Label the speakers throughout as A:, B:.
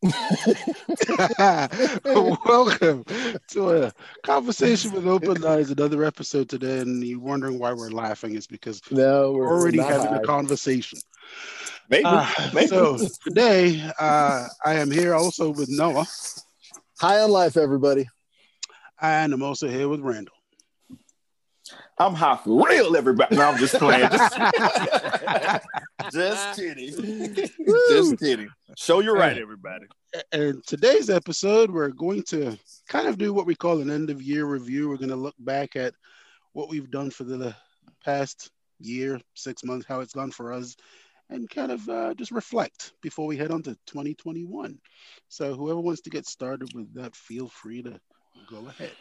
A: Welcome to a conversation with open eyes. Another episode today, and you're wondering why we're laughing is because
B: No,
A: we're
B: we're
A: already
B: not.
A: having a conversation.
C: Maybe.
A: Ah,
C: maybe.
A: so today, uh, I am here also with Noah,
B: High on life, everybody.
A: and I'm also here with Randall.
C: I'm high for real, everybody. No, I'm just playing. Just, just kidding. just kidding. Show you're right, everybody.
A: And today's episode, we're going to kind of do what we call an end of year review. We're going to look back at what we've done for the past year, six months, how it's gone for us, and kind of uh, just reflect before we head on to 2021. So, whoever wants to get started with that, feel free to go ahead.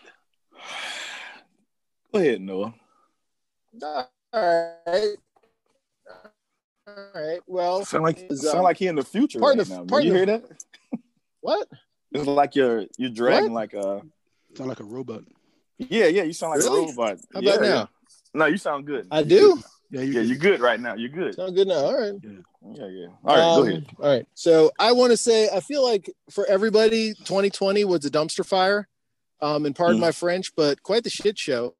C: Go ahead, Noah.
B: All right. All right. Well,
C: Sound like
B: Is,
C: sound
B: um,
C: like he in the future.
B: part
C: right
B: of-
C: now, man.
B: part
C: you
B: of-
C: hear that?
B: what?
C: It's like you're you're dragging like uh
A: Sound like a robot.
C: yeah yeah you sound like
B: Really?
C: a robot.
B: How
C: yeah,
B: about now?
C: No, you sound good.
B: I do.
A: Yeah,
C: Yeah, you're good right now. You're good.
B: Sound good now. All right.
C: Yeah, yeah. All right, go
B: Um,
C: ahead.
B: All right. So I want to say I feel like for everybody, 2020 was a dumpster fire. Um, and pardon
C: Mm.
B: my French, but quite the shit show.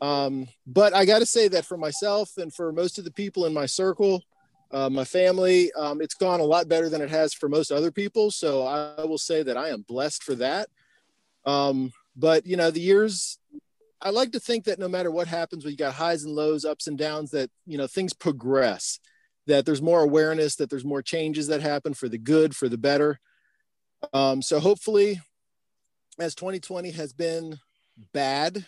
B: Um, but I got to say that for myself and for most of the people in my circle, uh, my family, um, it's gone a lot better than it has for most other people. So I will say that I am blessed for that. Um, but you know, the years, I like to think that no matter what happens, we got highs and lows, ups and downs. That you know, things progress that there's more awareness, that there's more changes that happen for the good, for the better. Um, so hopefully, as 2020 has been bad,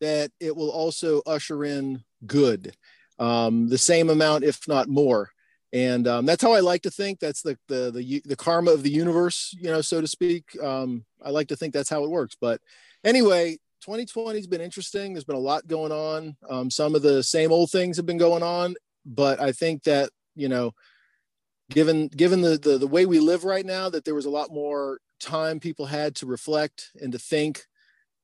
B: that it will also usher in good, um, the same amount, if not more. And um, that's how I like to think. That's the, the the u- the karma of the universe, you know, so to speak. Um, I like to think that's how it works. But anyway, 2020 has been interesting. There's been a lot going on. Um, some of the same old things have been going on, but I think that you know, given given the, the the way we live right now, that there was a lot more time people had to reflect and to think.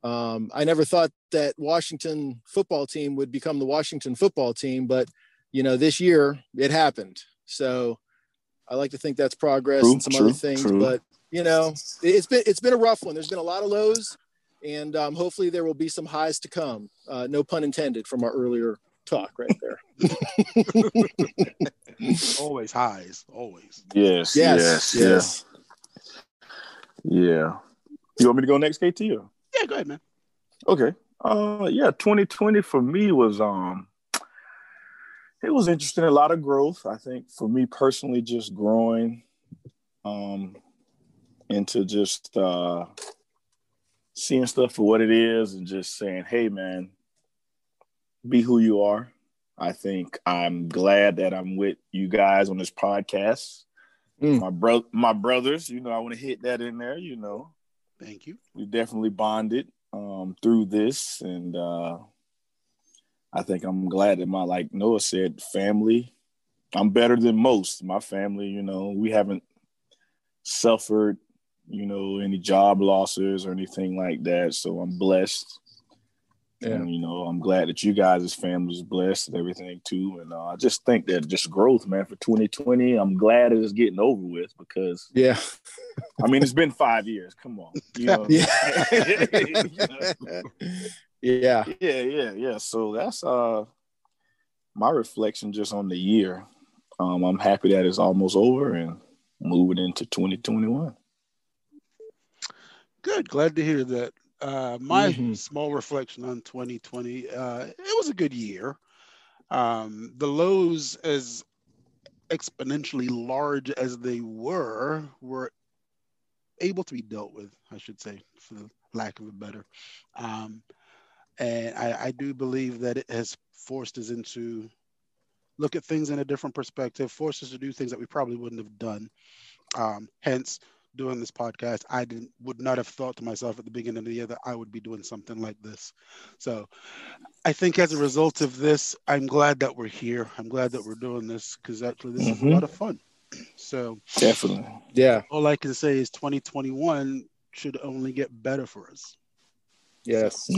B: Um, I never thought that Washington football team would become the Washington football team, but you know, this year it happened. So I like to think that's progress
C: True,
B: and some
C: true,
B: other things,
C: true.
B: but you know, it- it's been it's been a rough one. There's been a lot of lows, and um, hopefully there will be some highs to come. Uh, no pun intended from our earlier talk right there.
A: Always highs, always.
C: Yes,
B: Yes, yes.
C: yeah. You want me to go next, KT? Or?
A: Yeah, go ahead, man.
C: Okay. Uh yeah, 2020 for me was um it was interesting, a lot of growth. I think for me personally, just growing um into just uh seeing stuff for what it is and just saying, hey man, be who you are. I think I'm glad that I'm with you guys on this podcast.
B: Mm.
C: My bro my brothers, you know, I want to hit that in there, you know
A: Thank you.
C: we definitely bonded um, through this, and uh, I think I'm glad that my like Noah said, family. I'm better than most. My family, you know, we haven't suffered, you know, any job losses or anything like that. So I'm blessed.
B: Yeah.
C: And, you know, I'm glad that you guys' families blessed and everything too. And uh, I just think that just growth, man, for 2020, I'm glad that it's getting over with because
B: Yeah.
C: I mean, it's been five years. Come on, you know.
B: Yeah.
C: yeah,
B: yeah.
C: yeah, yeah. So that's uh my reflection just on the year. Um, I'm happy that it's almost over and moving into 2021.
A: Good. Glad to hear that. Uh, my
B: Mhm.
A: small reflection on 2020, uh, it was a good year. Um, the lows, as exponentially large as they were, were able to be dealt with, I should say, for the lack of a better. Um, and I, I do believe that it has forced us into look at things in a different perspective, forced us to do things that we probably wouldn't have done. Um, hence, doing this podcast, I didn't would not have thought to myself at the beginning of the year that I would be doing something like this. So I think as a result of this, I'm glad that we're here. I'm glad that we're doing this because actually this is a
C: Mhm.
A: lot of fun. So
C: Definitely.
B: Yeah.
A: all I can say is 2021 should only get better for us.
B: Yes.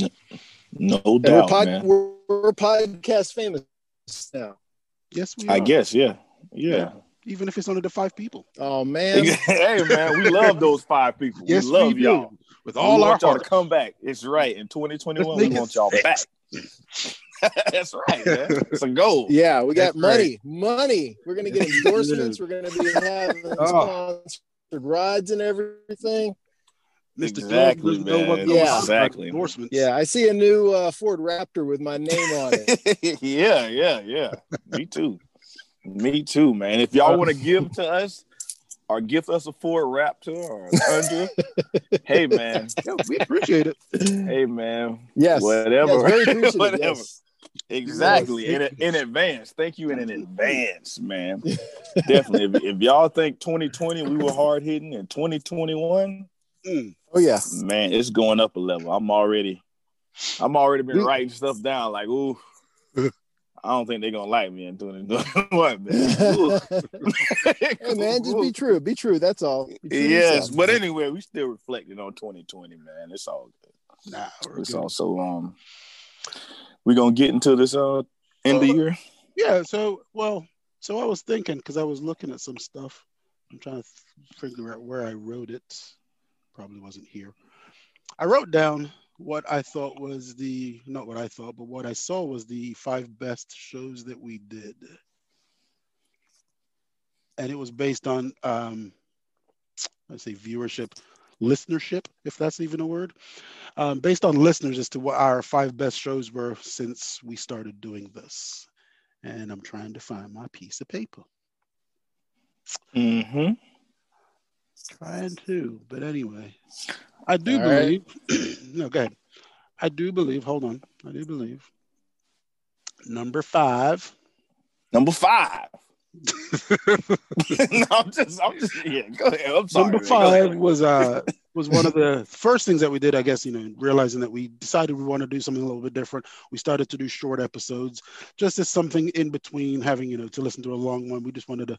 C: No
B: And we're,
C: doubt,
B: pod,
C: man.
B: we're, we're podcast famous now.
A: Yes, we
C: I
A: are.
C: guess, yeah. Yeah.
A: even if it's only the five people.
B: Oh man,
C: hey man, we love those five people.
A: Yes,
C: we
A: we
C: love
A: do.
C: y'all.
A: With
C: We
A: all our
C: want y'all to
A: heart.
C: come back. It's right. In 2021, we
A: Let's make
C: want
A: it
C: y'all
A: six.
C: back. That's right, man. It's a goal.
B: yeah, we got
C: That's right.
B: money, money. We're gonna get
A: Yes,
B: endorsements. We're gonna be having
A: Oh.
B: sponsored rides and everything.
A: Mr. Jones
C: Exactly,
A: doesn't know what
C: man.
A: goes on
B: Yeah.
A: without
C: Exactly.
A: endorsements.
B: Yeah, I see a new uh, Ford Raptor with my name on it.
C: yeah, yeah, yeah. Me too. Me too, man. If y'all want to give to us or give us a Ford Raptor or a Tundra, hey man,
A: Yeah, we appreciate it.
C: hey man,
B: Yes,
C: Whatever.
B: Yes, very appreciative.
C: Whatever.
B: yes.
C: exactly. In, in advance, thank you in advance, man. Definitely. If, if y'all think 2020 we were hard hitting, and 2021,
A: Mm.
B: Oh yeah.
C: man, it's going up a level. I'm already, I'm already been
B: We-
C: writing stuff down. Like, ooh, I don't think they're gonna like me in 2021, man. Ooh.
B: Hey man, just be true. Be true. That's all. Be true to
C: yes,
B: yourself.
C: but anyway, we still reflecting on 2020, man. It's all good.
A: Nah, we're
C: It's
A: good.
C: also um, we gonna get into this uh end of the year.
A: Yeah, so well, so I was thinking because I was looking at some stuff. I'm trying to figure out where I wrote it. Probably wasn't here. I wrote down what I thought was the not what I thought, but what I saw was the five best shows that we did, and it was based on um, let's say viewership, listenership, if that's even a word, um, based on listeners as to what our five best shows were since we started doing this. And I'm trying to find my piece of paper.
C: Mm-hmm.
A: Trying to, but anyway, I do
B: All
A: believe.
B: right.
A: no, go ahead. I do believe. Hold on. I do believe. Number five.
C: Number five. no, I'm just, I'm just, yeah. Go ahead. I'm sorry.
A: Number
C: man. Go ahead.
A: five was uh was one of the first things that we did. I guess you know, realizing that we decided we want to do something a little bit different. We started to do short episodes, just as something in between having you know to listen to a long one. We just wanted a,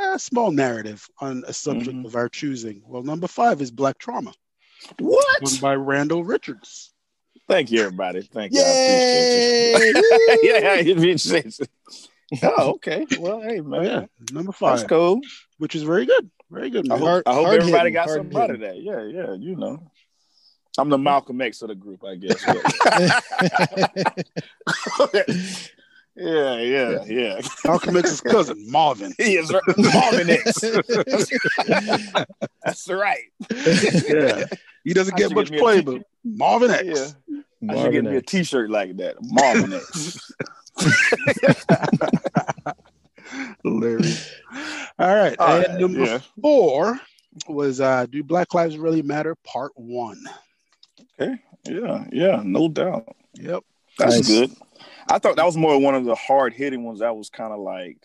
A: a small narrative on a subject
C: Mhm.
A: of our choosing. Well, number five is Black Trauma,
C: What?
A: won by Randall Richards.
C: Thank you, everybody. Thank you. I appreciate
B: Yay!
C: you. yeah, yeah, you appreciate you. Oh, okay. Well, hey,
A: Oh,
C: man.
A: yeah, number five.
C: That's cool.
A: which is very good. Very good.
C: I
A: Man.
C: hope,
B: Hard-
C: I hope
B: hard
C: everybody
B: hitting,
C: got
B: hard
C: something out of that. Yeah, yeah, you know. Hmm. I'm the Malcolm X of the group, I guess. yeah, yeah, yeah.
A: Malcolm X's cousin, Marvin.
C: He is right. Marvin X. That's right.
A: Yeah. He doesn't
C: I
A: get
C: should
A: much
C: get me a
A: play,
C: t-shirt.
A: but Marvin X.
C: Yeah. I should
B: Marvin
C: get me a
B: X.
C: t-shirt like that. Marvin X.
A: Hilarious. All right.
C: All
A: and
C: right,
A: number
C: yeah.
A: four was uh, Do Black Lives Really Matter? Part one.
C: Okay. Yeah, yeah, no doubt.
A: Yep.
C: That's
B: Nice.
C: good. I thought that was more one of the hard hitting ones. That was kind of like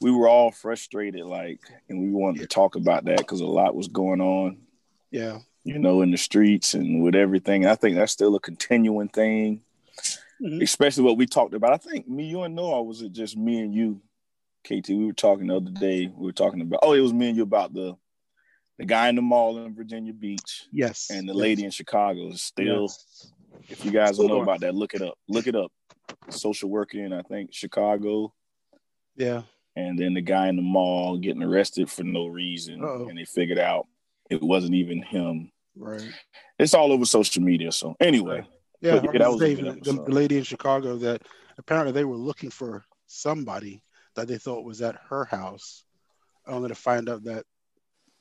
C: we were all frustrated, like, and we wanted to talk about that because a lot was going on,
A: Yeah.
C: you know, in the streets and with everything. And I think that's still a continuing thing,
A: Mhm.
C: especially what we talked about. I think me, you, and Noah, or was it just me and you, KT? We were talking the other day. We were talking about, oh, it was me and you about the the guy in the mall in Virginia Beach
A: Yes.
C: and the
A: Yes.
C: lady in Chicago is still.
A: Yes.
C: If you guys don't know
A: Hold on.
C: about that, look it up. Look it up. Social worker in I think Chicago,
A: Yeah.
C: and then the guy in the mall getting arrested for no reason,
A: Uh-oh.
C: and they figured out it wasn't even him.
A: Right.
C: It's all over social media. So anyway,
A: Yeah.
C: But yeah,
A: I
C: that
A: was
C: was a
A: saying
C: good
A: the,
C: episode.
A: the lady in Chicago that apparently they were looking for somebody that they thought was at her house, only to find out that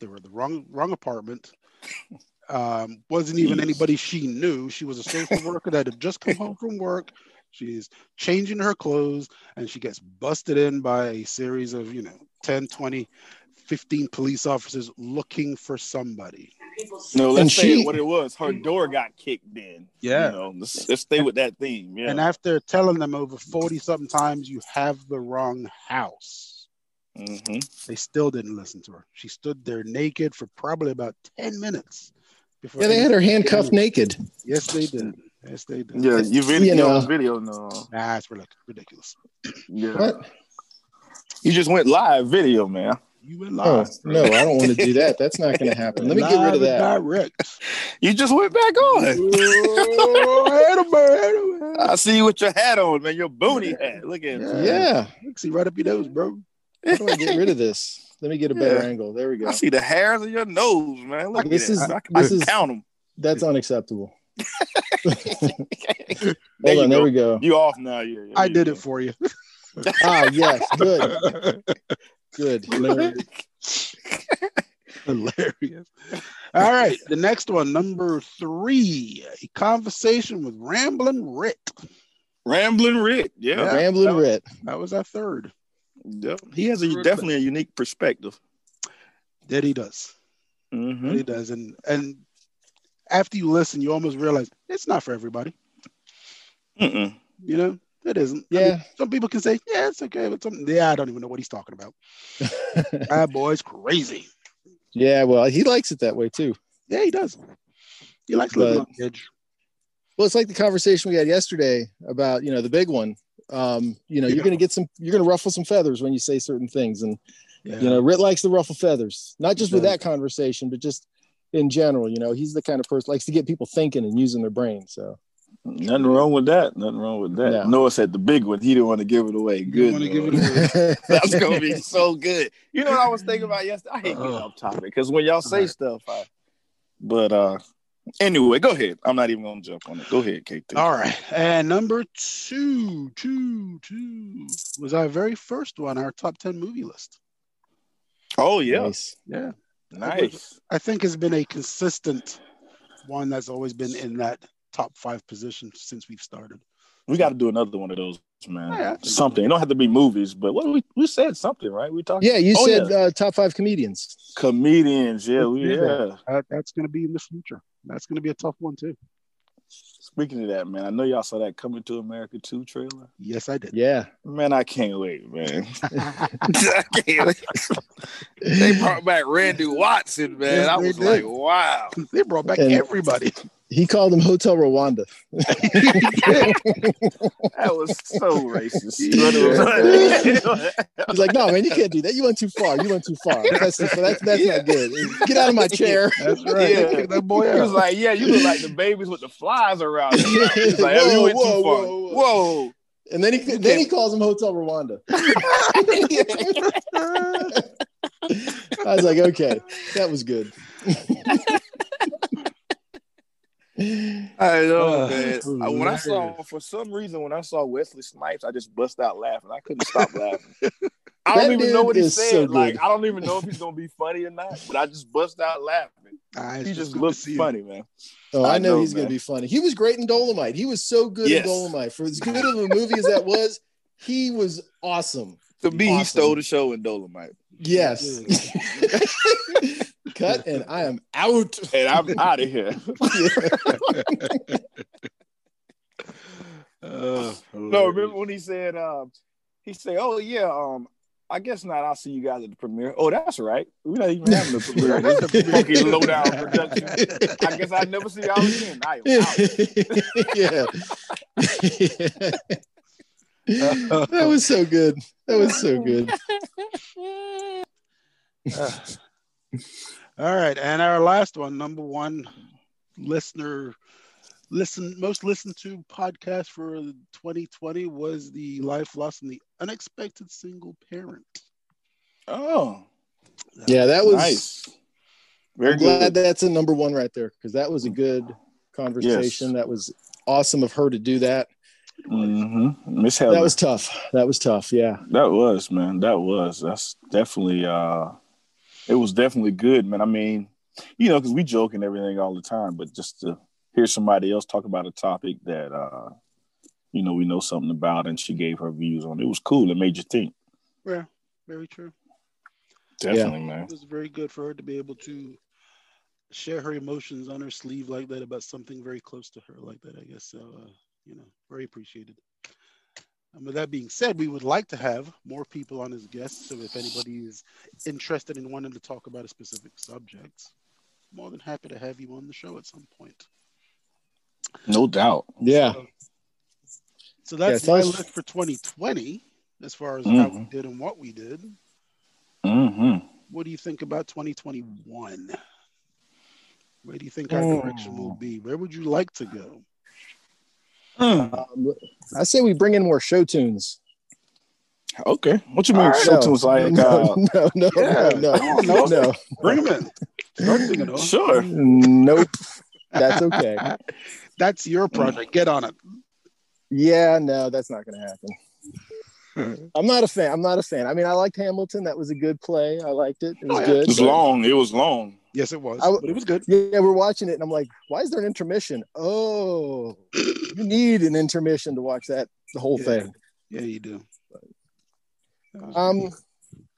A: they were the wrong wrong apartment. Um, wasn't even
C: Jeez.
A: anybody she knew. She was a social worker that had just come home from work. She's changing her clothes and she gets busted in by a series of, you know, 10, 20, 15 police officers looking for somebody.
C: no, let's
B: And
C: say
B: she-
C: what it was. Her door got kicked in.
A: Yeah.
C: you know, let's, let's stay with that theme. Yeah,
A: And after telling them over 40 something times, you have the wrong house,
C: Mhm.
A: they still didn't listen to her. She stood there naked for probably about 10 minutes. Before
B: Yeah, they had her handcuffed
A: handcuffed
B: naked.
A: Yes, they did. Yes, they did.
C: yeah, you video,
B: You know.
C: video no.
A: Nah, it's ridic- ridiculous.
C: Yeah,
B: What?
C: you just went live video, man.
A: You were
B: Oh
A: live.
B: no, I don't want to do that. That's not going to happen. Let me get rid
A: Live and
B: of that.
A: Direct.
C: You just went back on.
A: oh, Edelman, Edelman.
C: I see you with your hat on, man. Your boonie hat. Look at it.
A: Yeah.
B: Yeah,
A: I can See right up your nose, bro.
B: How do I get rid of this? Let me get a better
C: Yeah.
B: angle. There we go.
C: I see the hairs in your nose, man. Look
B: This
C: at
B: is-
C: that. I, can-
B: this
C: I can
B: is-
C: count them.
B: That's unacceptable.
C: there
B: Hold
C: you
B: on,
C: go.
B: there we go.
C: You off now? Yeah. yeah,
A: I
C: you
A: did
C: go.
A: it for you.
B: Ah, yes,
A: Hilarious.
B: good, good. No,
A: All right. The next one, number three, a conversation with Ramblin' Rick.
C: Rambling Rick. Yeah.
B: Rambling Rit.
A: That was our third.
C: Yep. He has a
A: Rick.
C: definitely a unique perspective.
A: That he does. That
C: Mm-hmm.
B: Hmm?
A: he does. And and after you listen, you almost realize it's not for everybody.
C: Mm-mm.
A: You know, it isn't. I mean,
B: Yeah.
A: some people can say, yeah, it's okay, but some yeah, I don't even know what he's talking about. that boy's crazy.
B: Yeah, well, he likes it that way too.
A: Yeah, he does. He likes
B: But-
A: living on the edge.
B: Well, it's like the conversation we had yesterday about, you know, the big one. Um, you know,
A: Yeah.
B: you're gonna get some you're gonna ruffle some feathers when you say certain things. And
A: Yeah.
B: you know, Rit likes to ruffle feathers, not just with
A: Yeah.
B: that conversation, but just in general, you know, he's the kind of person likes to get people thinking and using their brain. So
C: Nothing wrong with that. Nothing wrong with that.
B: No.
C: Noah said the big one. He didn't want to give it away. Good.
A: wanna give
C: Noah.
A: it away.
C: That's gonna be so good. You know what I was thinking about yesterday? I hate getting
A: Uh-uh.
C: off topic because when y'all say
A: Alright.
C: stuff, I. But uh, anyway, go ahead. I'm not even gonna jump on it. Go ahead, KT.
A: All right. And number two, two, two was our very first one, our top 10 movie list.
C: Oh yeah,
B: Nice.
A: Yeah.
C: nice.
A: I think it's been a consistent one that's always been in that top five position since we've started.
C: We got to do another one of those, man.
A: Yeah, I think-
C: something. It don't have to be movies, but what we we said something, right? We talked
B: Yeah, you
C: Oh,
B: said Uh, top five comedians.
C: comedians. Yeah, we,
A: Yeah.
C: yeah.
A: That, that's going to be in the future. That's going to be a tough one, too.
C: Speaking of that, man, I know y'all saw that Coming to America 2 trailer.
A: Yes, I did.
B: Yeah.
C: Man, I can't wait, man. I can't wait. They brought back Randy Watson, man.
A: Yes,
C: I
A: they
C: was
A: did.
C: like, wow.
A: they brought back
B: And-
A: everybody.
B: He called him Hotel Rwanda.
C: That was so racist.
B: He's like, no, man, you can't do that. You went too far. You went too far. That's that's, that's
C: Yeah.
B: not good. Get out of my chair.
A: That's right. They
C: Yeah.
A: kicked that boy
C: He was
A: out.
C: like, yeah, you look like the babies with the flies around. you." He's like, oh, you went
B: Whoa,
C: too
B: whoa,
C: far.
B: whoa,
C: Whoa.
B: And then he then he calls him Hotel Rwanda.
A: "Ah."
B: I was like, okay, that was good.
C: I know,
A: Uh,
C: man. I- When I saw,
A: hilarious.
C: for some reason, when I saw Wesley Snipes, I just bust out laughing. I couldn't stop laughing. I don't
B: That
C: even know
B: dude
C: what he
B: is so
C: said. like,
B: good.
C: I don't even know if he's gonna be funny or not. But I just bust out laughing.
A: Ah, it's
C: He just
A: good to
C: looks
A: see you.
C: funny, man.
B: Oh, I,
C: I
B: know,
C: know,
B: he's going
C: man.
B: to be funny. He was great in Dolomite. He was so good
C: Yes.
B: in Dolomite. For as good of a movie as that was, he was awesome.
C: To me, he
B: Awesome.
C: stole the show in Dolomite,
B: Yes. Cut and I am out.
C: and I'm out of here.
A: Uh,
C: no, remember when he said, um, he said, "Oh yeah, um, I guess not. I'll see you guys at the premiere." Oh, that's right. We're not even having the premiere. This is a funky lowdown production. I guess I'll never see y'all again. I am out.
B: yeah. that was so good. That was so good.
A: All right, and our last one, number one listener listen most listened to podcast for 2020 was the life loss and the unexpected single parent.
C: Oh,
B: Yeah, that was.
C: nice. Very
B: I'm glad
C: good.
B: that's a number one right there because that was a good conversation. That was awesome of her to do that.
C: Mm-hmm. Miss Heather.
B: That was tough. That was tough. Yeah.
C: That was, man. That was. That's definitely uh it was definitely good, man. I mean, you know, because we joke and everything all the time, but just to hear somebody else talk about a topic that uh you know we know something about and she gave her views on it was cool. It made you think.
A: Yeah, very true.
C: Definitely, man.
A: It was very good for her to be able to share her emotions on her sleeve like that about something very close to her like that, I guess. So, uh, you know, very appreciated. And with that being said, we would like to have more people on as guests. So if anybody is interested in wanting to talk about a specific subject, more than happy to have you on the show at some point.
C: No doubt.
B: Yeah.
A: So that's
B: Yeah,
A: my
B: tell us-
A: list for 2020 as far as how we did and what we did.
C: Mm-hmm.
A: What do you think about 2021? Where do you think our
B: Hmm.
A: direction will
C: Mm.
A: be? Where would you like to go?
B: Um, I say we bring in more show tunes.
C: Okay. What you mean?
B: All right.
C: Something's like uh,
B: no, no, no,
C: yeah.
B: no,
A: Come on,
B: no,
A: no.
B: no.
A: Bring them in. Start singing, huh?
C: sure.
B: Nope. That's okay.
A: That's your project. Get on it.
B: Yeah, no, that's not going to happen. I'm not a fan. I'm not a fan. I mean, I liked Hamilton. That was a good play. I liked it. It was
A: Oh, yeah.
B: good.
C: It was
B: but-
C: long. It was long.
A: Yes, it was.
B: I w-
A: but it was good.
B: Yeah, we're watching it, and I'm like, why is there an intermission? Oh, you need an intermission to watch that the whole
A: Yeah.
B: thing.
A: Yeah, you do. That was
B: Um,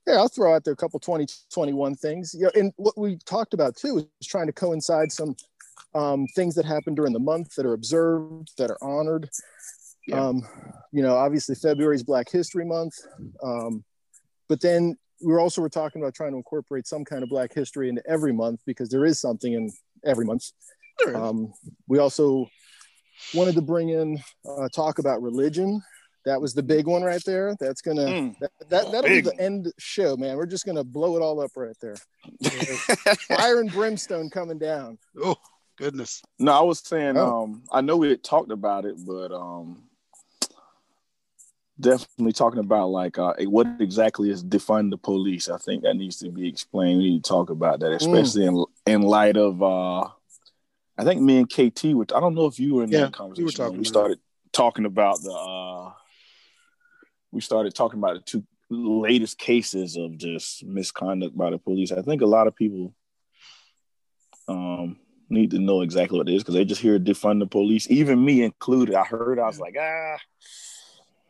B: yeah, I'll throw out there a couple 2021 things. You know, and what we talked about too is trying to coincide some um, things that happen during the month that are observed, that are honored.
A: Yeah.
B: Um, you know, obviously February is Black History Month, um, but then we were also were talking about trying to incorporate some kind of Black history into every month because there is something in every month.
A: good.
B: Um, we also wanted to bring in uh, talk about religion. That was the big one right there. That's gonna
C: Mm.
B: that, that that'll be
C: Big
B: the
C: one.
B: end show, man. We're just gonna blow it all up right there. Fire and brimstone coming down.
A: oh goodness.
C: No, I was saying,
B: Oh.
C: um, I know we had talked about it, but um, definitely talking about like uh, what exactly is defund the police. I think that needs to be explained. We need to talk about
A: Hmm.
C: that, especially in in light of. Uh, I think me and KT were. I don't know if you were in
A: Yeah,
C: that conversation. when
A: talking about it.
C: we started talking about the. Uh, we started talking about the two latest cases of just misconduct by the police. I think a lot of people um, need to know exactly what it is because they just hear defund the police, even me included. I heard, I was like, ah,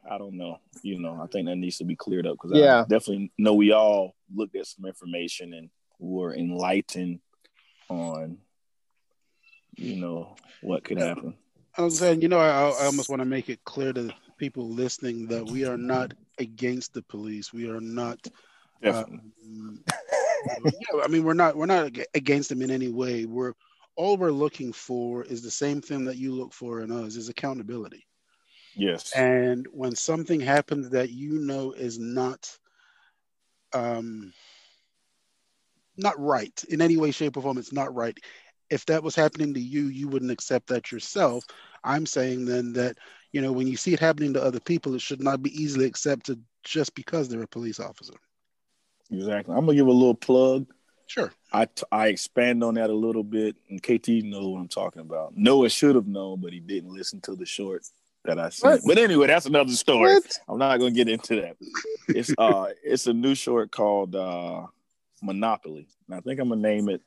C: I don't know. You know, I think that needs to be cleared up because
B: Yeah.
C: I definitely know we all looked at some information and were enlightened on, you know, what could happen.
A: I was saying, you know, I, I almost want to make it clear to the people listening that we are not against the police. We are not
C: Definitely.
A: Um, yeah, I mean, we're not we're not ag- against them in any way. We're all we're looking for is the same thing that you look for in us is accountability.
C: yes.
A: And when something happens that you know is not um, not right in any way, shape, or form, it's not right. If that was happening to you, you wouldn't accept that yourself. I'm saying then that you know when you see it happening to other people, it should not be easily accepted just because they're a police officer.
C: Exactly. I'm gonna give a little plug.
A: Sure.
C: I, t- I expand on that a little bit, and KT know what I'm talking about. Noah should have known, but he didn't listen to the short that I sent.
B: What?
C: But anyway, that's another story.
B: What?
C: I'm not gonna get into that. It's uh, it's a new short called uh, Monopoly, and I think I'm gonna name it.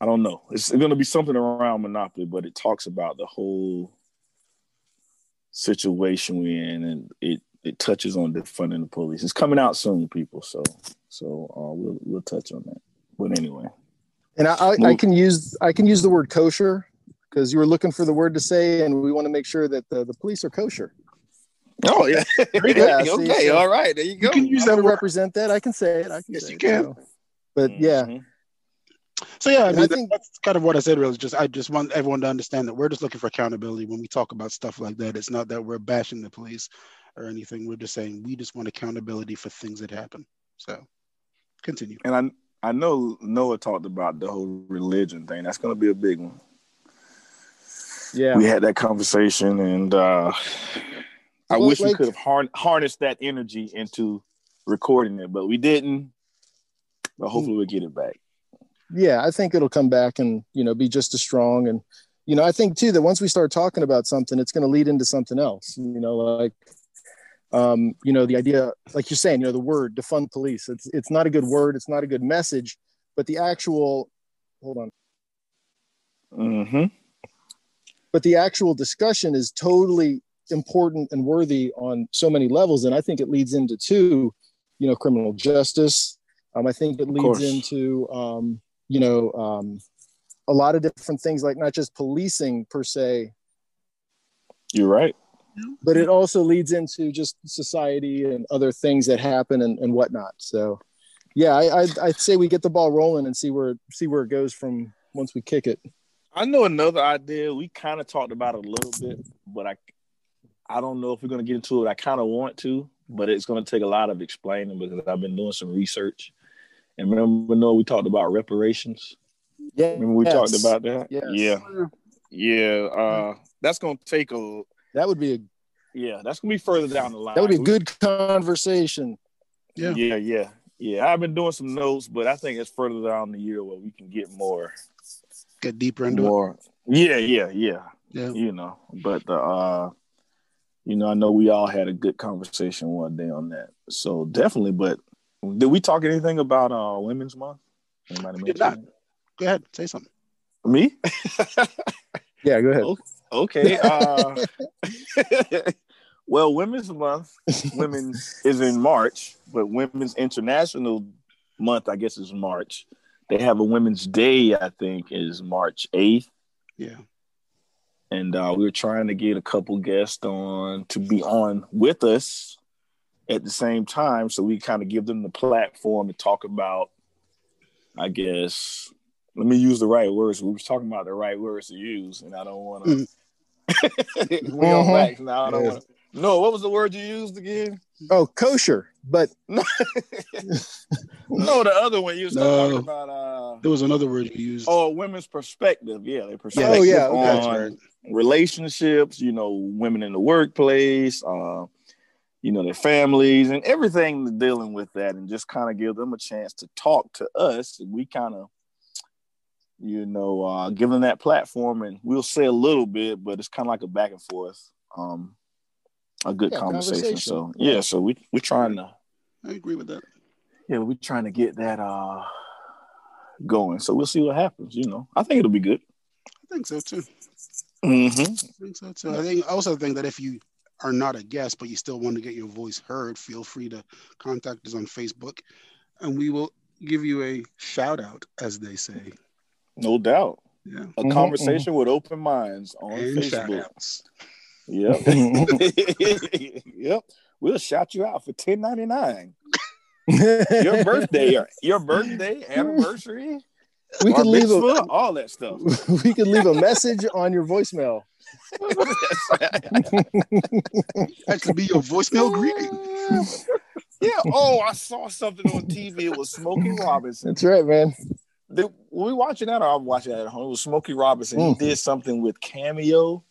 C: I don't know. It's gonna be something around Monopoly, but it talks about the whole situation we're in, and it it touches on defunding the police. It's coming out soon, people. So so uh, we'll we'll touch on that. But anyway.
B: And I, I, I can use I can use the word kosher because you were looking for the word to say, and we want to make sure that the, the police are kosher.
C: Oh yeah.
B: Yeah, see,
C: okay.
B: so-
C: all right. There you go.
A: You can use
B: I'm
A: that
B: gonna
A: word.
B: represent that. I can say it. I can
A: Yes,
B: say
A: you
B: it,
A: can.
B: so. But yeah,
C: Mhm.
A: So yeah, I
B: And
A: mean,
B: I think-
A: that's kind of what I said. Really, just I just want everyone to understand that we're just looking for accountability when we talk about stuff like that. It's not that we're bashing the police or anything. We're just saying we just want accountability for things that happen. So, continue.
C: And I I know Noah talked about the whole religion thing. That's gonna be a big one.
B: yeah.
C: We had that conversation, and uh, I
B: Well,
C: wish we
B: like-
C: could have harn- harnessed that energy into recording it, but we didn't. But hopefully, we'll get it back.
B: yeah i think it'll come back and you know be just as strong and you know i think too that once we start talking about something it's going to lead into something else you know like um you know the idea like you're saying you know the word defund police it's it's not a good word it's not a good message but the actual hold on
C: Mm-hmm.
B: but the actual discussion is totally important and worthy on so many levels and i think it leads into two you know criminal justice um, i think it leads
C: course.
B: into um, you know um, a lot of different things like not just policing per se
C: You're right.
B: but it also leads into just society and other things that happen and, and whatnot so yeah I, I'd, I'd say we get the ball rolling and see where see where it goes from once we kick it
C: I know another idea. We kind of talked about it a little bit, but I I don't know if we're gonna get into it. I kind of want to, but it's gonna take a lot of explaining because I've been doing some research. And remember, Noah, we talked about reparations.
B: yeah
C: Remember, we talked
B: Yes.
C: about that.
B: Yes.
C: Yeah, yeah. Uh, that's gonna take a
B: that would be a
C: yeah, that's gonna be further down the line.
B: That would be good conversation.
C: Yeah, yeah, yeah, yeah. I've been doing some notes, but I think it's further down the year where we can get more,
A: get deeper into
C: more. Yeah, yeah, yeah.
A: it. Yeah.
C: You know, but the, uh, you know, I know we all had a good conversation one day on that. So definitely, but did we talk anything about uh Women's Month? Anybody
A: We did
C: mention
A: Go ahead, say something.
C: it? Me?
B: Yeah, go ahead.
C: Oh. Okay. Uh, well, Women's Month, Women's is in March, but Women's International Month, I guess, is March. They have a Women's Day, I think, is March 8th.
A: Yeah.
C: And uh, we were trying to get a couple guests on to be on with us at the same time. So we kind of give them the platform to talk about, I guess, let me use the right words. We was talking about the right words to use, and I don't want to. we on
B: Mhm.
C: wax now. I don't
B: Yeah.
C: want to. No, what was the word you used again?
B: Oh, kosher, but
C: No, the other one you was
A: No.
C: talking about. Uh,
A: There was another word you used.
C: oh, women's perspective. Yeah, their
A: yeah,
C: perspective
B: yeah, okay.
A: that's
C: on
A: right.
C: relationships. You know, women in the workplace. Uh, you know, their families and everything dealing with that, and just kind of give them a chance to talk to us. And we kind of, you know, uh, give them that platform, and we'll say a little bit, but it's kind of like a back and forth. Um, a good
B: Yeah,
C: conversation.
B: conversation.
C: So yeah, so we we're trying to
A: I agree with that.
C: yeah, we're trying to get that uh going. So we'll see what happens. You know, I think it'll be good.
A: I think so too.
C: Mm-hmm.
A: I think so too. I think I also think that if you are not a guest but you still want to get your voice heard, feel free to contact us on Facebook, and we will give you a shout out, as they say.
C: No doubt.
A: Yeah.
C: A
B: Mhm,
C: conversation with open minds on
A: And shout
C: Facebook.
A: outs.
C: Yep. yep. We'll shout you out for ten ninety nine. Your birthday, your birthday, anniversary,
B: we
C: bar
B: could leave a
C: mitzvah, all that stuff.
B: we could leave a message on your voicemail.
A: That could be your voicemail greeting.
C: yeah. Oh, I saw something on TV. It was Smokey Robinson.
B: That's right, man.
C: They, were we watching that or I'm watching that at home? It was Smokey Robinson.
B: Mm.
C: He did something with Cameo.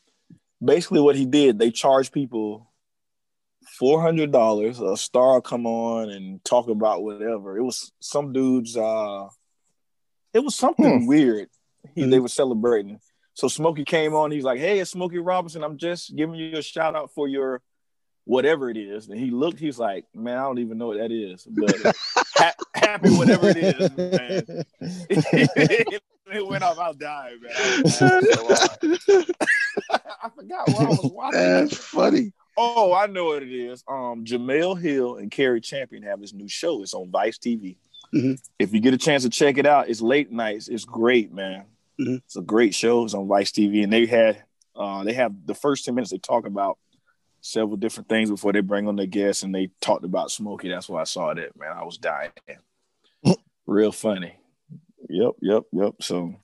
C: Basically, what he did, they charged people four hundred dollars. A star will come on and talk about whatever. It was some dude's. uh It was something weird. He, They were celebrating. So Smokey came on. He's like, "Hey, it's Smokey Robinson. I'm just giving you a shout out for your whatever it is." And he looked. He's like, "Man, I don't even know what that is, but ha- happy whatever it is, man." it went off. I was dying, man. I was laughing so hard. I forgot what I was watching.
A: That's funny.
C: Oh, I know what it is. Um, Jamel Hill and Carrie Champion have this new show. It's on Vice TV.
A: Mhm.
C: If you get a chance to check it out, it's late nights. It's great, man.
A: Mhm.
C: It's a great show. It's on Vice TV, and they had uh, they have the first ten minutes. They talk about several different things before they bring on their guests, and they talked about Smokey. That's why I saw that, man. I was dying. Real funny. Yep, yep, yep. So,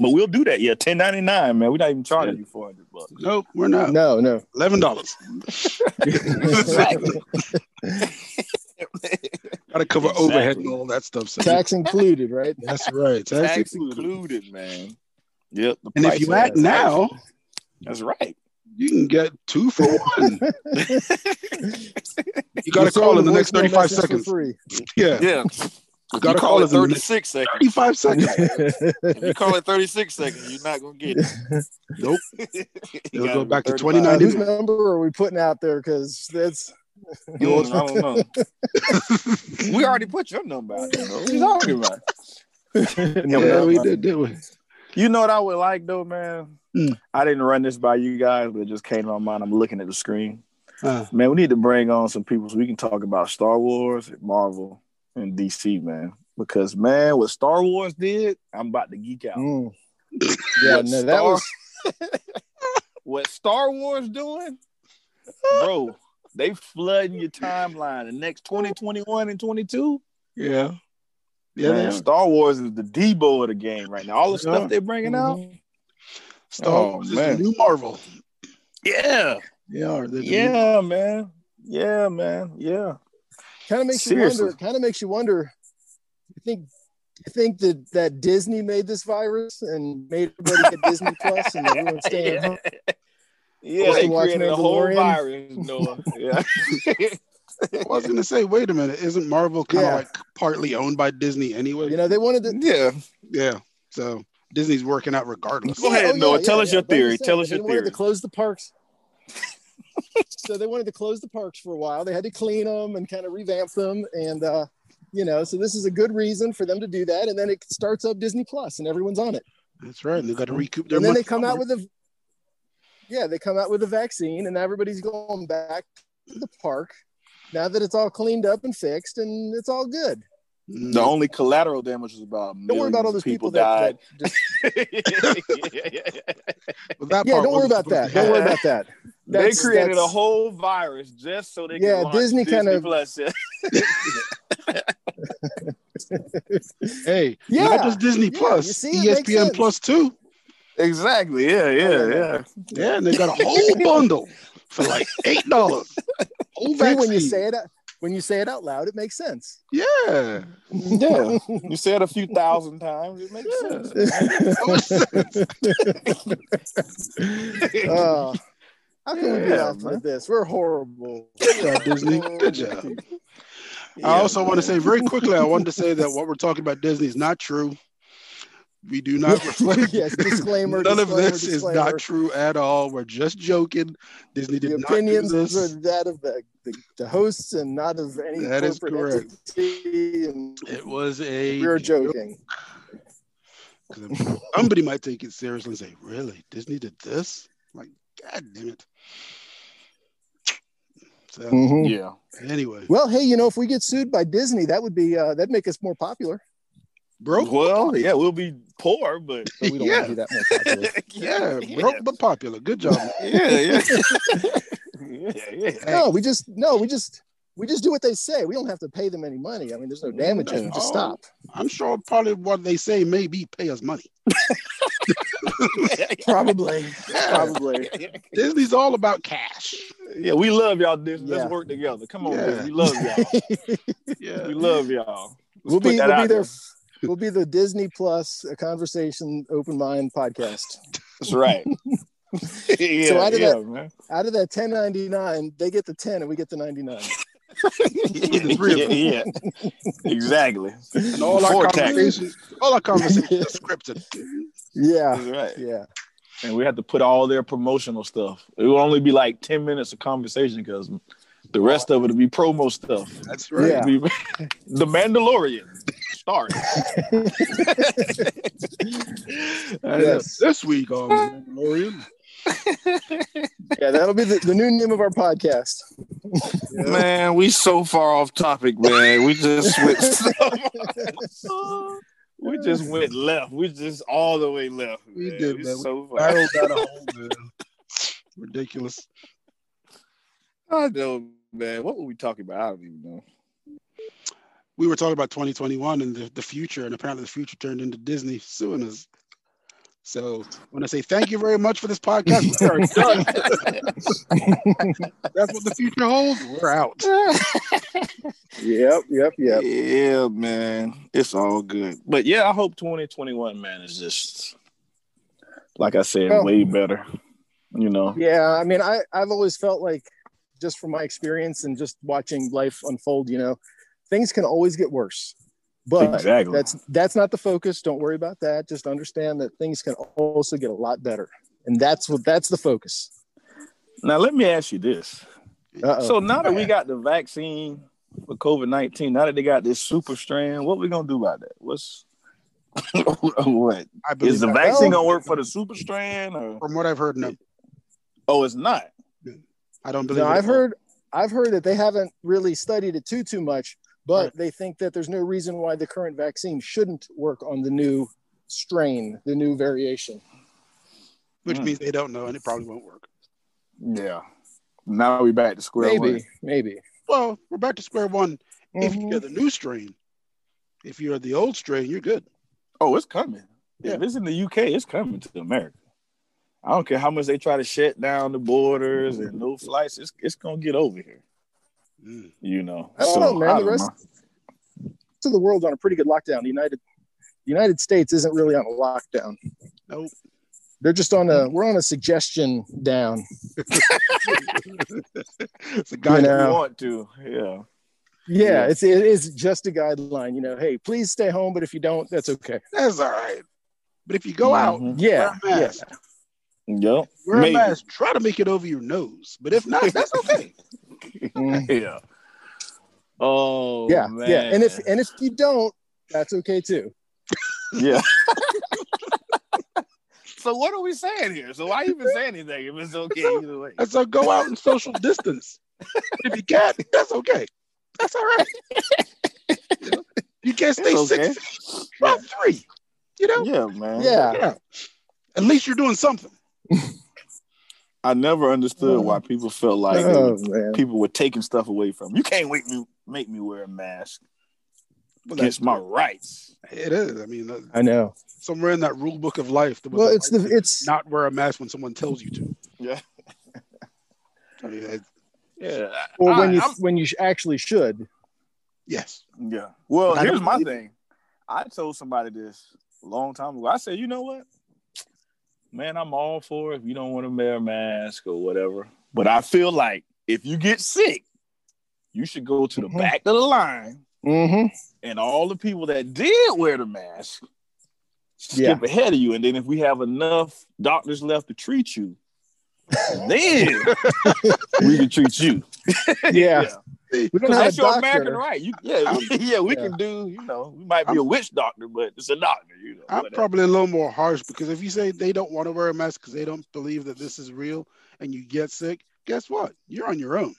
C: but we'll do that. Yeah, ten ninety nine, man. We're not even charging you four hundred bucks.
A: Nope, we're not.
B: No, no.
A: Eleven dollars.
C: Exactly.
A: Gotta cover
C: Exactly.
A: overhead and all that stuff. So
B: Tax included, right?
A: that's right. That's
C: Tax
A: included.
C: included, man. Yep. the
A: And if
C: price
A: you
C: of
A: act
C: that.
A: now,
C: that's right.
A: you can get two for one. You gotta
B: We'll throw
A: call in the
B: a
A: next
B: voicemail
A: 35
B: message for
A: seconds.
B: free.
A: Yeah,
C: Yeah.
A: you gotta call it in the next-
C: six seconds.
A: thirty-five seconds.
C: If you call it thirty six seconds, you're not gonna get it.
A: Nope.
C: You
A: It'll
C: gotta
A: go back to
C: 35.
B: Uh,
A: 29.
B: whose number are we putting out there? Because that's
C: Yours, Hmm, I don't know. we already put your number out there. What you talking about?
A: Yeah, we did, did we?
C: You know what I would like though, man.
A: Mm.
C: I didn't run this by you guys, but it just came to my mind. I'm looking at the screen.
A: Uh,
C: Man, we need to bring on some people so we can talk about Star Wars, Marvel, and DC, man. Because man, what Star Wars did, I'm about to geek out.
B: Mm. yeah,
C: What
B: no, that
C: Star-
B: was
C: what Star Wars doing, bro. They flooding your timeline the next 2021 and 22.
A: yeah. Yeah,
C: man,
A: they are.
C: Star Wars is the Debo of the game right now. All the
A: Yeah.
C: stuff they're bringing out,
B: Mm-hmm.
A: Star
C: Oh,
A: Wars is the
C: man.
A: new Marvel.
C: yeah,
A: They are. They're the new-
C: yeah, man, yeah, man, yeah.
B: kind of makes
C: Seriously.
B: you wonder. Kind of makes you wonder. I think I think that that Disney made this virus and made everybody get Disney Plus and everyone's staying home.
D: Yeah, they
B: Watchmen
D: created a whole
B: Mandalorian.
D: virus, Noah.
C: Yeah.
A: I was gonna say, wait a minute, isn't Marvel kind of
B: Yeah.
A: like partly owned by Disney anyway?
B: You know, they wanted to.
C: yeah.
A: Yeah. So Disney's working out regardless.
D: Go
B: Oh,
D: ahead, Noah. Tell us your
B: But I'm
D: theory.
B: just
D: Tell
B: saying,
D: us your
B: They wanted
D: theory.
B: to close the parks. so they wanted to close the parks for a while. They had to clean them and kind of revamp them, and uh, you know, so this is a good reason for them to do that. And then it starts up Disney Plus, and everyone's on it.
A: That's right. They got to recoup their
B: Mm-hmm. And then
A: money.
B: they come out with a, yeah, they come out with a vaccine, and everybody's going back to the park now that it's all cleaned up and fixed, and it's all good.
A: Mm.
C: The only collateral damage was about a
B: Don't worry about all those people,
C: died.
B: that. that just,
A: Well, that
B: yeah,
A: part
B: don't worry
A: wasn't
B: about that.
A: supposed to
B: Don't worry
A: happen.
B: about that.
D: they
B: That's-
D: created a
B: that's-
D: whole virus just so they could
B: Yeah,
D: launch
B: Disney kind of-
D: Plus.
A: Hey,
B: Yeah,
A: not just Disney
B: Yeah, you
A: Plus, E
B: see, it makes
A: ESPN
B: sense.
A: Plus too.
C: Exactly. Yeah. Yeah. Yeah.
A: Yeah, and they got a whole bundle for like eight dollars. Whole
B: See,
A: vaccine.
B: when you say it when you say it out loud, it makes sense.
A: yeah,
C: Yeah. You said a few thousand times. It makes sense.
A: That was sense.
B: Uh, how can we be
C: Yeah,
B: laughing
C: man.
B: at this? We're horrible.
A: Good job, Disney. Good job. I also want to say very quickly. I wanted to say that what we're talking about Disney is not true. We do not reflect.
B: yes, disclaimer.
A: None of
B: disclaimer,
A: this
B: disclaimer.
A: is not true at all. We're just joking. Disney did
B: The
A: not do
B: opinions
A: this.
B: are that of the, the, the hosts and not of any
A: That is
B: corporate
A: correct.
B: entity. And
A: It was a
B: we were joking.
A: 'Cause I'm sure somebody might take it seriously and say, "Really, Disney did this?" like, God damn it! So
B: Mhm.
C: Yeah.
A: anyway,
B: Well, hey, you know, if we get sued by Disney, that would be uh, that'd make us more popular.
A: broke,
D: Well, yeah, we'll be poor, but
B: But we don't want to be that more popular.
A: yeah, broke but popular. Good job.
C: Yeah. Yeah.
D: yeah, yeah.
B: No, we just no, we just we just do what they say. We don't have to pay them any money. I mean, there's no damages. We just
A: Oh.
B: stop.
A: I'm sure probably what they say may be pay us money.
B: Probably.
A: Yeah,
B: Probably.
A: Disney's all about cash.
D: Yeah, we love y'all. Disney.
B: Yeah.
D: Let's work together. Come on,
A: Yeah.
D: Disney. we love y'all.
A: Yeah,
D: We love y'all. Let's
B: We'll
D: put
B: be
D: that
B: we'll be
D: out
B: there. We'll be the Disney Plus a conversation open mind podcast.
D: That's right. yeah,
B: So out of
D: yeah,
B: that-
D: man.
B: Out of that 1099, they get the 10 and we get the 99.
A: the three
D: yeah,
A: of us.
D: yeah. exactly.
A: and all our
D: Vortex.
A: conversations, all our conversations are scripted.
B: Yeah.
D: That's right.
B: Yeah.
D: and we had to put all their promotional stuff. It would only be like ten minutes of conversation because the rest of it would be promo stuff.
A: That's right.
B: Yeah.
D: It'd be- the Mandalorian start.
B: Yes.
A: This week um, on Mandalorian.
B: Yeah, that'll be the, the new name of our podcast.
C: Man, we so far off topic, man. We just switched.
D: we just went left. We just all the way left.
A: We did,
D: It's
A: man.
D: So far.
A: Barreled out of home, man. Ridiculous.
C: I know, man. What were we talking about? I don't even know.
A: we were talking about 2021 and the, the future, and apparently the future turned into Disney suing us. So I want to say thank you very much for this podcast. We are done. That's what the future holds. We're out.
B: Yep, yep, yep.
C: Yeah, man. It's all good.
D: But yeah, I hope 2021, man, is just like I said,
B: Well-
D: way better. You know.
B: Yeah, I mean, I I've always felt like just from my experience and just watching life unfold, you know, things can always get worse. But
D: Exactly.
B: that's that's not the focus. Don't worry about that. Just understand that things can also get a lot better, and that's what that's the focus.
D: Now let me ask you this.
B: Uh-oh.
D: So now that we got the vaccine for COVID nineteen, now that they got this super strand, what we gonna do about that? What's what
A: I believe
D: is the
A: that.
D: vaccine gonna work for the super strand? Or
A: from what I've heard, no,
D: oh, it's not.
A: I don't believe.
B: now,
A: it at
B: I've
A: all.
B: heard I've heard that they haven't really studied it too too much, but they think that there's no reason why the current vaccine shouldn't work on the new strain, the new variation.
A: which
D: Mm.
A: means they don't know, and it probably won't work.
C: Yeah. Now we back to square
B: maybe,
C: one.
B: maybe.
A: Well, we're back to square one. If
B: Mhm.
A: you're the new strain, if you're the old strain, you're good.
C: Oh, it's coming.
A: Yeah.
D: If it's in the UK, it's coming to America. I don't care how much they try to shut down the borders and no flights. It's it's gonna get over here.
A: Mm.
D: You know.
B: I don't know, man.
C: I
B: The
C: don't
B: rest
C: know.
B: to the world's on a pretty good lockdown. The United the United States isn't really on a lockdown.
A: Nope.
B: They're just on a we're on a suggestion down.
A: it's a guy
B: You
A: that
B: know.
C: You want to, yeah.
B: Yeah, it's it is just a guideline. You know, hey, please stay home, but if you don't, that's okay.
A: that's all right. But if you go out,
C: Mhm.
B: Mm-hmm. Yeah,
A: wear a mask.
D: Mm-hmm.
C: Yep.
A: Wear a
C: Maybe.
A: mask. Try to make it over your nose. But if not, that's okay.
B: Mm,
C: Yeah. Oh
B: yeah,
C: man.
B: yeah. And if and if you don't, that's okay too.
C: yeah. so what are we saying here? So why even say anything if it's okay either way?
A: And so go out and social distance. if you can, that's okay. That's all right. you, know, you can't stay
C: It's okay.
A: six feet by three. You know?
C: Yeah, man.
B: Yeah.
A: Yeah. At least you're doing something.
C: I never understood why people felt like they
B: oh
C: were,
B: man.
C: people were taking stuff away from 'em. you. Can't wait me make me wear a mask.
A: Well, that's-
C: It's my rights.
A: it is. I mean, uh,
B: I know.
A: somewhere in that rule book of life, there was
B: Well,
A: a
B: it's
A: right
B: the
A: to
B: it's
A: not wear a mask when someone tells you to.
C: Yeah.
A: I mean, it-
C: Yeah.
B: or when
C: I-
B: you
C: I'm-
B: when you sh- actually should.
A: yes.
C: Yeah. Well,
A: I
C: here's
A: don't
C: my
A: believe
C: thing. I told somebody this a long time ago. I said, you know what? Man, I'm all for it if you don't want to wear a mask or whatever. But I feel like if you get sick, you should go to the
B: Mhm.
C: back of the line
B: Mm-hmm.
C: and all the people that did wear the mask skip ahead of you. And then if we have enough doctors left to treat you, then we can treat you.
B: Yeah. We don't
C: Because
B: have a
C: that's your
B: doctor.
C: American right. You, yeah, yeah, we can do. You know, we might be a witch doctor, but it's a doctor. You know, uh,
A: I'm
C: whatever.
A: probably a little more harsh because if you say they don't want to wear a mask because they don't believe that this is real and you get sick, guess what? You're on your own.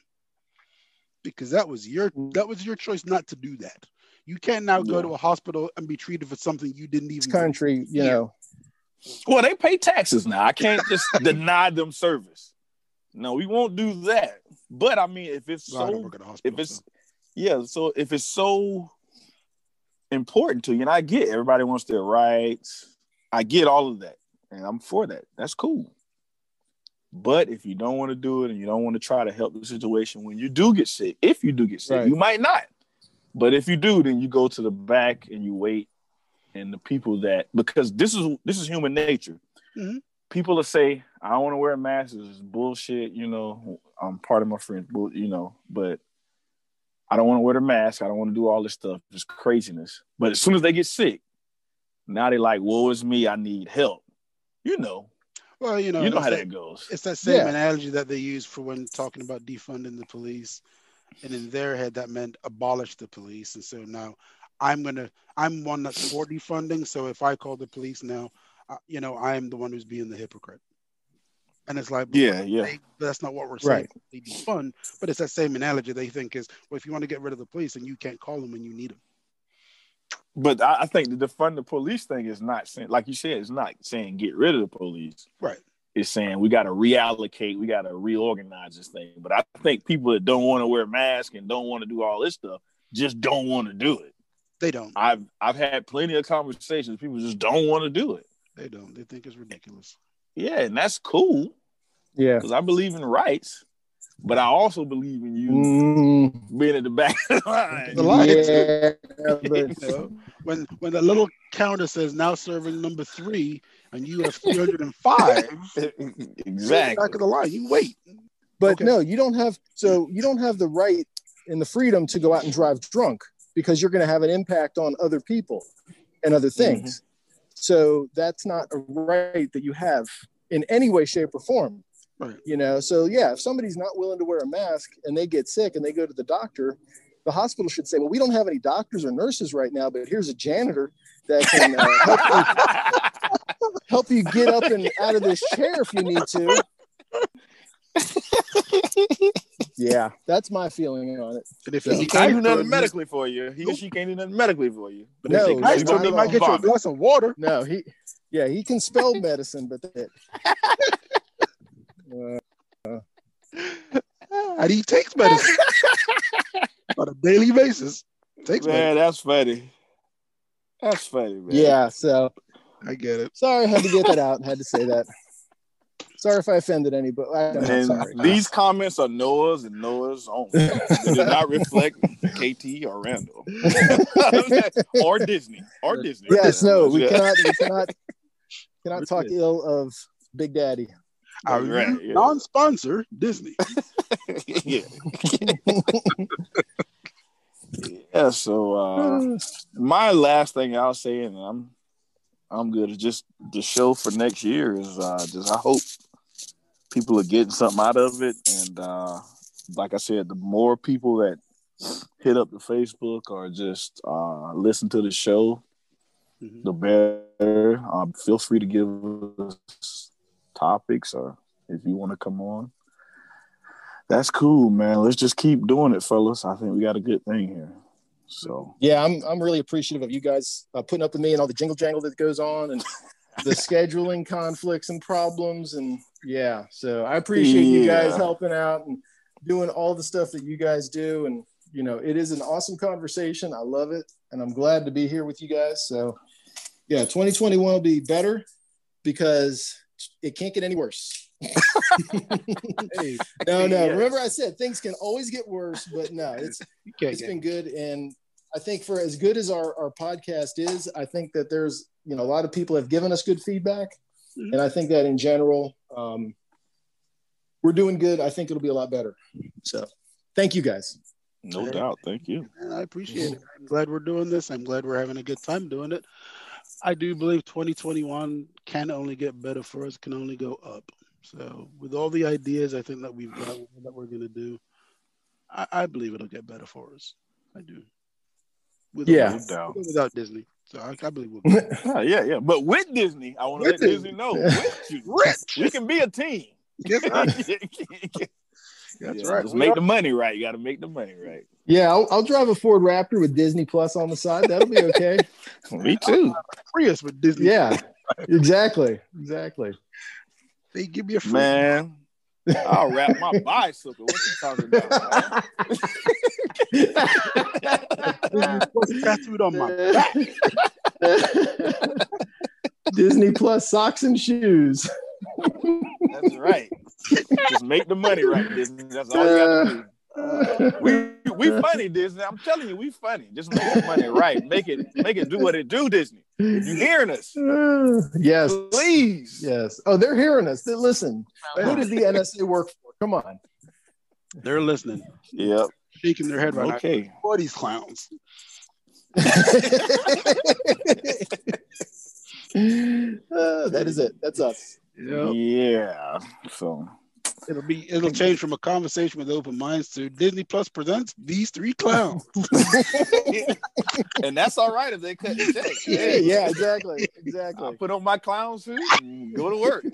A: Because that was your that was your choice not to do that. You can't now go
C: Yeah.
A: to a hospital and be treated for something you didn't
B: This
A: even
B: country, you know.
C: well, they pay taxes now. I can't just deny them service. No, we won't do that. But I mean, if it's
A: do. Well, I don't
C: so,
A: work at a hospital,
C: if it's
A: so.
C: yeah, so if it's so important to you, and I get everybody wants their rights. I get all of that, and I'm for that. That's cool. But if you don't want to do it and you don't want to try to help the situation when you do get sick, if you do get sick,
B: Right.
C: you might not. But if you do, then you go to the back and you wait. And the people that because this is this is human nature.
A: Mhm.
C: People will say, "I don't want to wear a mask. This is bullshit." You know, I'm part of my friends, bull- you know, but I don't want to wear the mask. I don't want to do all this stuff. It's craziness. But as soon as they get sick, now they like, "Woe is me. I need help." You know,
A: well, you know,
C: you know
A: it's
C: how
A: that-
C: that goes.
A: it's that same
B: Yeah.
A: analogy that they use for when talking about defunding the police and in their head that meant abolish the police and so now i'm gonna i'm one that's for defunding so if i call the police now uh, you know i am the one who's being the hypocrite and it's like
C: Yeah, yeah.
A: they- that's not what we're saying
B: Right.
A: they defund but it's that same analogy they think is well if you want to get rid of the police and you can't call them when you need them
C: But I, I think the defund the police thing is not saying, like you said, it's not saying get rid of the police.
A: right
C: It's saying we got to reallocate, we got to reorganize this thing. But I think people that don't want to wear masks and don't want to do all this stuff just don't want to do it.
A: they don't
C: I've I've had plenty of conversations. People just don't want to do it.
A: they don't they think it's ridiculous
C: Yeah, and that's cool
B: Yeah.
C: because I believe in rights, but I also believe in you
B: Mm,
C: being at the back of the line.
A: The line is-
B: yeah,
A: you
B: but
A: know when when the little counter says now serving number three and you have 305
C: exactly.
A: back of the line you wait
B: but
A: Okay.
B: no, you don't have so you don't have the right and the freedom to go out and drive drunk because you're going to have an impact on other people and other
A: Mm-hmm.
B: things. So that's not a right that you have in any way, shape, or form.
A: Right.
B: You know, so yeah, if somebody's not willing to wear a mask and they get sick and they go to the doctor, the hospital should say, "Well, we don't have any doctors or nurses right now, but here's a janitor that can uh, help you help you get up and out of this chair if you need to. yeah, that's my feeling on it.
A: And if
B: So-
A: you
C: He can't
A: can't
C: do nothing medically for you. He or she can't do nothing medically for you. But
B: No,
C: they can
B: not
C: sleep
B: at
C: on
A: you
C: the
A: might get you a
C: vomit.
A: glass of water.
B: No, he, yeah, he can spell medicine, but that, uh,
A: And he takes medicine on a daily basis. Takes medicine.
C: Man, that's funny. That's funny, man.
B: yeah. So
A: I get it.
B: sorry, I had to get that out. Had to say that. Sorry if I offended anybody. I'm
C: And
B: sorry.
C: these comments are Noah's and Noah's only. they do not reflect KT or Randall or Disney or Disney.
B: yes, no, we
C: Yeah.
B: cannot, we cannot, cannot talk ill of Big Daddy.
A: Our
C: Right, yeah.
A: non-sponsor Disney.
C: yeah. yeah. So uh, my last thing I'll say, and I'm I'm good. Is just the show for next year is uh, just I hope people are getting something out of it, and uh, like I said, the more people that hit up the Facebook or just uh, listen to the show,
A: Mhm.
C: the better. Um, feel free to give us topics or if you want to come on. That's cool, man. Let's just keep doing it, fellas. I think we got a good thing here. So
B: Yeah, I'm I'm really appreciative of you guys uh, putting up with me and all the jingle jangle that goes on and the scheduling conflicts and problems and yeah. So I appreciate you guys
C: Yeah.
B: helping out and doing all the stuff that you guys do and you know it is an awesome conversation. I love it and I'm glad to be here with you guys. So yeah, 2021 will be better because it can't get any worse.
A: Hey,
B: No, no.
C: Yes.
B: Remember I said things can always get worse, but no, it's
A: you can't
B: it's
A: get-
B: been good and i think for as good as our, our podcast is i think that there's you know a lot of people have given us good feedback
A: Mhm.
B: and i think that in general um, we're doing good i think it'll be a lot better so thank you guys
C: no
A: Hey.
C: doubt. Thank you.
A: Man, I
C: Mm-hmm.
A: appreciate it. I'm glad we're doing this. I'm glad we're having a good time doing it. I do believe 2021 can only get better for us, can only go up. So, with all the ideas I think that we've got that we're going to do, I, I believe it'll get better for us. I do. With or
B: Yeah.
C: No doubt.
A: without, without Disney. So, I, I believe we'll be
C: Yeah, yeah, yeah. But with Disney, I want to let
A: With Disney.
C: Disney know with you,
A: rich.
C: we can be a team.
A: Yes, I-
C: That's
A: That's right.
C: Just
A: We
C: make
A: are-
C: the money right. You got to make the money right.
B: yeah I'll, I'll drive a ford raptor with disney plus on the side that'll be okay
C: Me too,
A: Prius with Disney.
B: yeah exactly exactly
A: They give you a free.
C: man. I'll wrap my bicycle. What you talking about? man?
A: Disney plus tattooed on my.
B: disney plus socks and shoes
C: That's right. Just make the money right, Disney. That's all you got to do. We we funny, Disney. I'm telling you, we funny. Just make the money right. Make it make it do what it do, Disney. You hearing us?
B: yes.
C: Please.
B: Yes. Oh, they're hearing us. They listen. Who
A: Yeah,
B: does the NSA work for? Come on.
A: They're listening,
C: Yep.
A: shaking their head right now.
C: Okay.
A: Who are these clowns?
B: Uh, that is it. That's us.
A: Yep.
C: Yeah. So
A: It'll be it'll change from a conversation with open minds to Disney Plus presents these three clowns.
C: and that's all right if they cut the check.
B: Yeah,
C: Hey,
B: yeah, exactly.
C: I
B: Exactly.
C: put on my clown suit and go to work.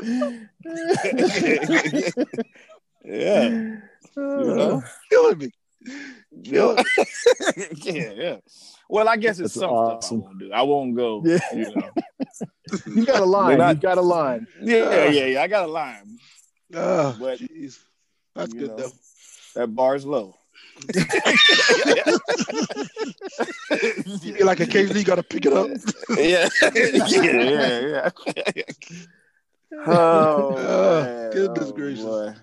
C: yeah. You
B: Oh.
C: know?
A: Killing me.
C: Yeah. yeah, yeah. Well, I guess it's
B: That's
C: some
B: awesome.
C: stuff I won't do. I won't go.
B: Yeah.
C: You know.
B: You got a line.
C: We're not-
B: you got a line.
C: Yeah, yeah, yeah. I got a line.
A: Oh,
C: But,
A: jeez. That's
C: you
A: good
C: know.
A: though.
C: That bar's low.
A: You feel like occasionally you gotta pick it up.
C: yeah. yeah, yeah, Oh,
A: Oh,
C: man.
A: goodness
C: Oh,
A: gracious.
C: boy.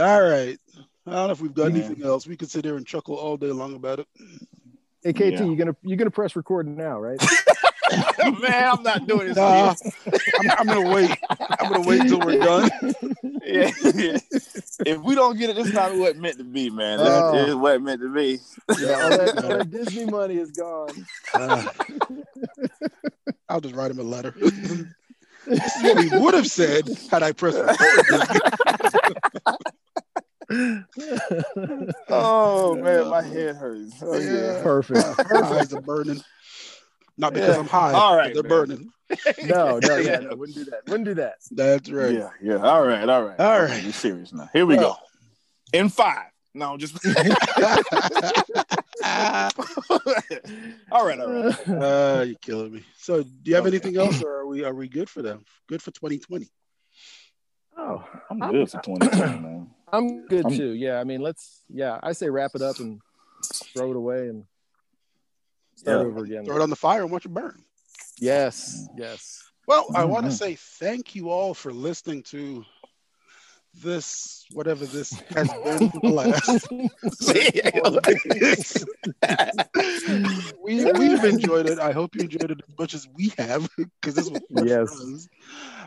A: All right. I don't know if we've got
C: Yeah.
A: anything else. We could sit here and chuckle all day long about it.
B: Hey KT,
C: Yeah.
B: you're gonna you're gonna press record now, right?
C: Oh, man, I'm not doing this.
A: Nah, I'm, I'm gonna wait. I'm gonna wait till we're done.
C: Yeah, yeah. If we don't get it, it's not what it meant to be, man. It's,
B: Oh.
C: it's what it meant to be.
B: Yeah, all that, all that Disney money is gone.
A: Uh, I'll just write him a letter. this is what we would have said had I pressed record.
C: Oh man, my head hurts. Oh yeah.
B: Perfect.
A: My eyes are burning. Not because
C: Yeah.
A: I'm high.
C: All
A: but
C: right,
A: They're
C: man.
A: burning.
B: No, no,
C: Yeah.
B: yeah, no, wouldn't do that. Wouldn't do that.
A: That's right.
C: Yeah, yeah. All right, all right. Oh.
A: All
C: Okay,
A: right.
C: We're serious now. Here we go. In five. No, just all right, all right.
A: Ah, you're killing me. So, do you have
C: Okay.
A: anything else, or are we are we good for them? Good for 2020.
B: oh,
C: I'm good for 2020, man.
B: I'm good
A: Um,
C: I'm-
B: too. Yeah, I mean, let's. Yeah, I say wrap it up and throw it away and start
C: Yeah.
B: over again.
A: Throw it on the fire and watch it burn.
B: Yes, yes.
A: Well, I want to
C: Mhm.
A: say thank you all for listening to this whatever this has been for the last. we, we've enjoyed it. I hope you enjoyed it as much as we have, because this was fun
D: Yes.
A: for us.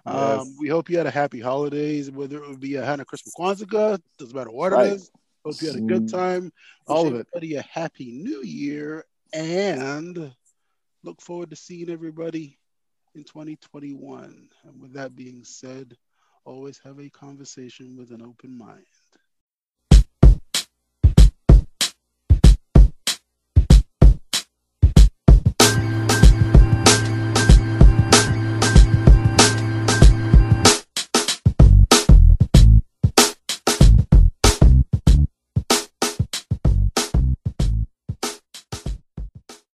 A: Um,
D: Yes.
A: We hope you had a happy holidays, whether it would be a Hannah Christmas Kwanzaa, doesn't matter what
D: Right.
A: it is. Hope you had a good
D: Mm.
A: time. Wish
B: All of it.
A: Everybody a happy new year and look forward to seeing everybody in 2021. And with that being said, always have a conversation with an open mind.